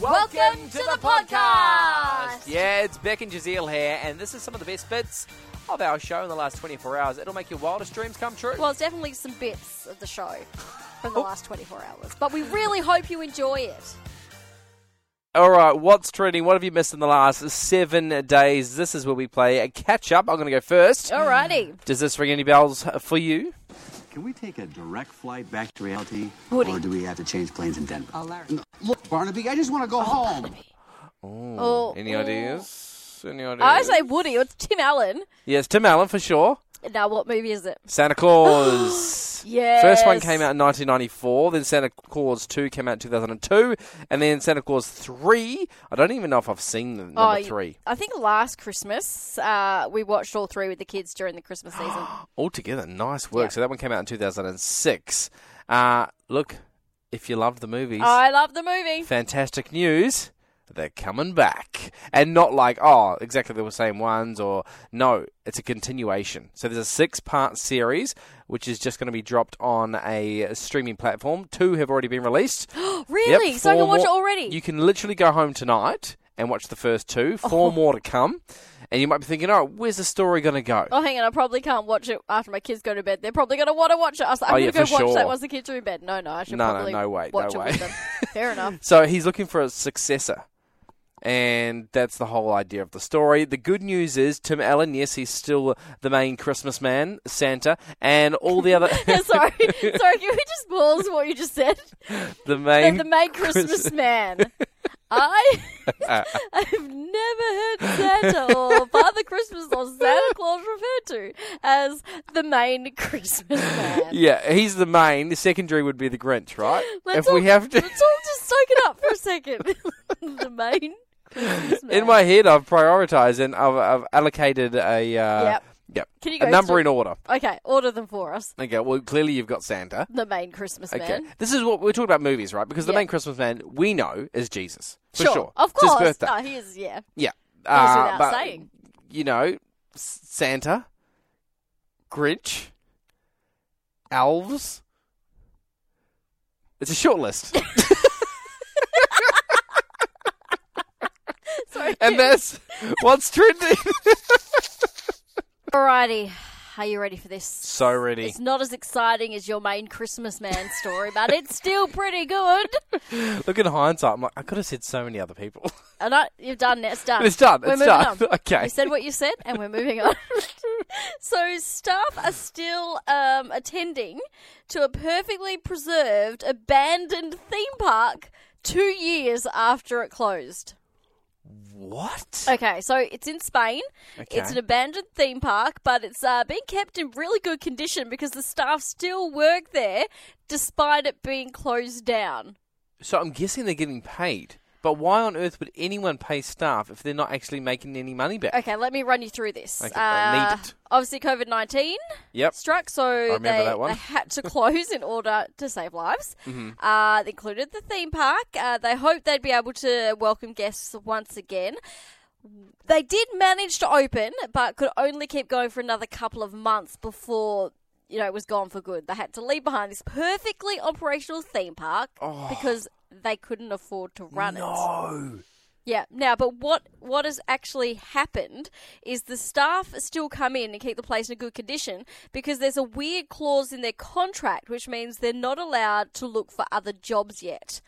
Welcome to the podcast. Yeah, it's Beck and Jazeel here, and this is some of the best bits of our show in the last 24 hours. It'll make your wildest dreams come true. Well, it's definitely some bits of the show from the Oh. last 24 hours, but we really hope you enjoy it. All right, what's trending? What have you missed in the last seven days? This is where we play a catch up. I'm going to go first. Alrighty. Does this ring any bells for you? Can we take a direct flight back to reality? Woody. Or do we have to change planes in Denver? Oh, Larry. look, Barnaby, I just want to go home. Oh, Hmm. Any ideas? Any ideas? I say Woody or Tim Allen. yes, Tim Allen for sure. Now, what movie is it? Santa Claus. Yes. First one came out in 1994, then Santa Claus 2 came out in 2002, and then Santa Claus 3. I don't even know if I've seen the number Oh, 3 I think last Christmas uh, we watched all three with the kids during the Christmas season. altogether. Nice work. Yeah. So that one came out in 2006. Uh, look, if you loved the movies, I love the movie. fantastic news. They're coming back. And not like, oh, exactly the same ones, or no, it's a continuation. So there's a six part series, which is just going to be dropped on a streaming platform. Two have already been released. Yep, Really? so I four can watch it more- already. You can literally go home tonight and watch the first two. Four Oh. more to come. And you might be thinking, oh, where's the story going to go? Oh, hang on! I probably can't watch it after my kids go to bed. They're probably going to want to watch it. I was like, I'm Oh, yeah, going to go for watch sure. that once the kids are in bed. No, no, I should No, no, probably no way, watch no it with way. them. Fair enough. So he's looking for a successor. And that's the whole idea of the story. The good news is Tim Allen, yes, he's still the main Christmas man, Santa, and all the other Yeah, sorry, sorry. Can we just pause what you just said? the They're main the main Christmas man. I I've never heard Santa or Father Christmas or Santa Claus referred to as the main Christmas man. Yeah, he's the main. The secondary would be the Grinch, right? Let's if we all- have to Let's all just soak it up for a second. the main Christmas man. in my head I've prioritized and I've, I've allocated a uh Yep. yep, Can you a go number through- in order. Okay, order them for us. Okay, well clearly you've got Santa. The main Christmas Okay. man. This is what we're talking about movies, right? Because the Yeah. main Christmas man we know is Jesus. For sure. sure. Of It's his course. birthday. No, he is, yeah. Yeah. Goes Uh, without but, saying. You know, S- Santa, Grinch, elves. It's a short list. Sorry. and that's what's trending. Alrighty. Are you ready for this? so ready. It's not as exciting as your main Christmas man story, but it's still pretty good. Look in hindsight, I'm like, I could have said so many other people. And I, you've done it. It's done. It's done, We're it's moving done. on. Okay. You said what you said, and we're moving on. so staff are still um, attending to a perfectly preserved abandoned theme park two years after it closed. what? Okay, so it's in Spain. It's Okay. an abandoned theme park, but it's uh, being kept in really good condition because the staff still work there despite it being closed down. So I'm guessing they're getting paid. But why on earth would anyone pay staff if they're not actually making any money back? Okay, let me run you through this. Uh, Okay, I need it. Obviously, COVID 19 Yep. struck, so remember they, that one. Mm-hmm. they had to close in order to save lives. Uh, they included the theme park. Uh, they hoped they'd be able to welcome guests once again. They did manage to open, but could only keep going for another couple of months before. You know, it was gone for good. They had to leave behind this perfectly operational theme park because they couldn't afford to run it. Oh. No. Yeah. Now, but what what has actually happened is the staff still come in and keep the place in a good condition because there's a weird clause in their contract which means they're not allowed to look for other jobs yet.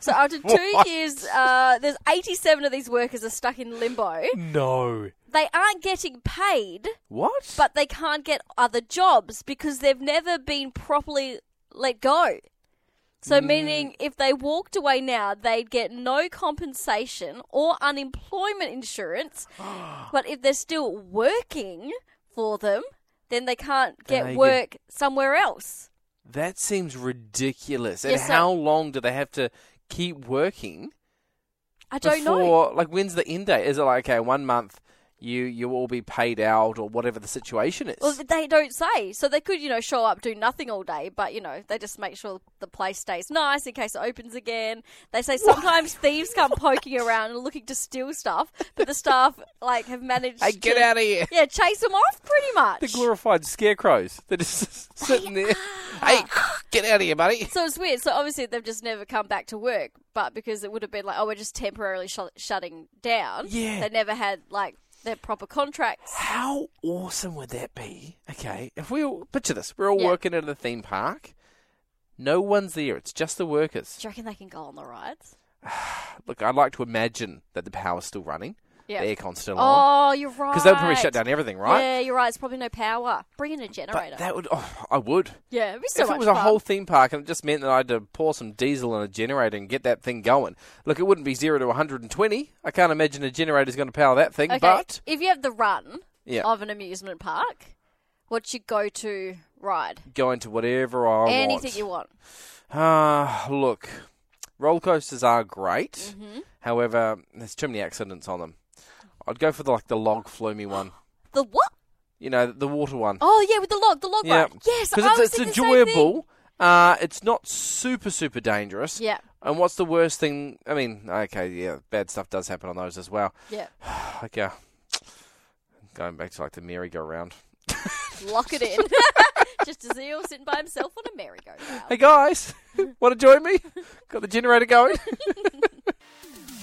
so after two years, uh, there's 87 of these workers are stuck in limbo. No. They aren't getting paid, What? but they can't get other jobs because they've never been properly let go. So, Mm. meaning if they walked away now, they'd get no compensation or unemployment insurance. but if they're still working for them, then they can't Then get they get- work somewhere else. That seems ridiculous. And Yes, sir. how long do they have to keep working I don't know. before? Like, when's the end date? Is it like okay, one month you you will be paid out or whatever the situation is. Well, they don't say. So they could, you know, show up, do nothing all day, but, you know, they just make sure the place stays nice in case it opens again. They say sometimes thieves come poking around and looking to steal stuff, but the staff, like, have managed hey, get to, out of here. Yeah, chase them off pretty much. They're glorified scarecrows. They're just sitting there. Hey, get out of here, buddy. so it's weird. So obviously they've just never come back to work, but because it would have been like, oh, we're just temporarily sh- shutting down. Yeah. They never had, like, their proper contracts. How awesome would that be? Okay, if we all picture this, we're all Yeah. working at a theme park. No one's there. It's just the workers. Do you reckon they can go on the rides? Look, I'd like to imagine that the power's still running. Yeah. The aircon's still on. Oh, you're right. Because they'll probably shut down everything, right? Yeah, you're right. It's probably no power. Bring in a generator. But that would. Oh, I would. yeah, it'd be so if much it was fun. a whole theme park and it just meant that I had to pour some diesel in a generator and get that thing going. Look, it wouldn't be zero to 120. I can't imagine a generator's going to power that thing. okay, But if you have the run yeah, of an amusement park, what's your go-to ride? going to whatever I Anything want. you want. Ah, look, roller coasters are great. Mm-hmm. However, there's too many accidents on them. I'd go for the, like the log flume one. The what? You know, the water one. Oh yeah, with the log, the log yeah, ride. Yes, I because was it's, it's thinking the same thing. enjoyable. Uh, it's not super super dangerous. Yeah, And what's the worst thing? I mean, okay, yeah, bad stuff does happen on those as well. yeah. Okay, going back to like the merry-go-round. Lock it in. Just as Eel sitting by himself on a merry-go-round. Hey guys, want to join me? Got the generator going.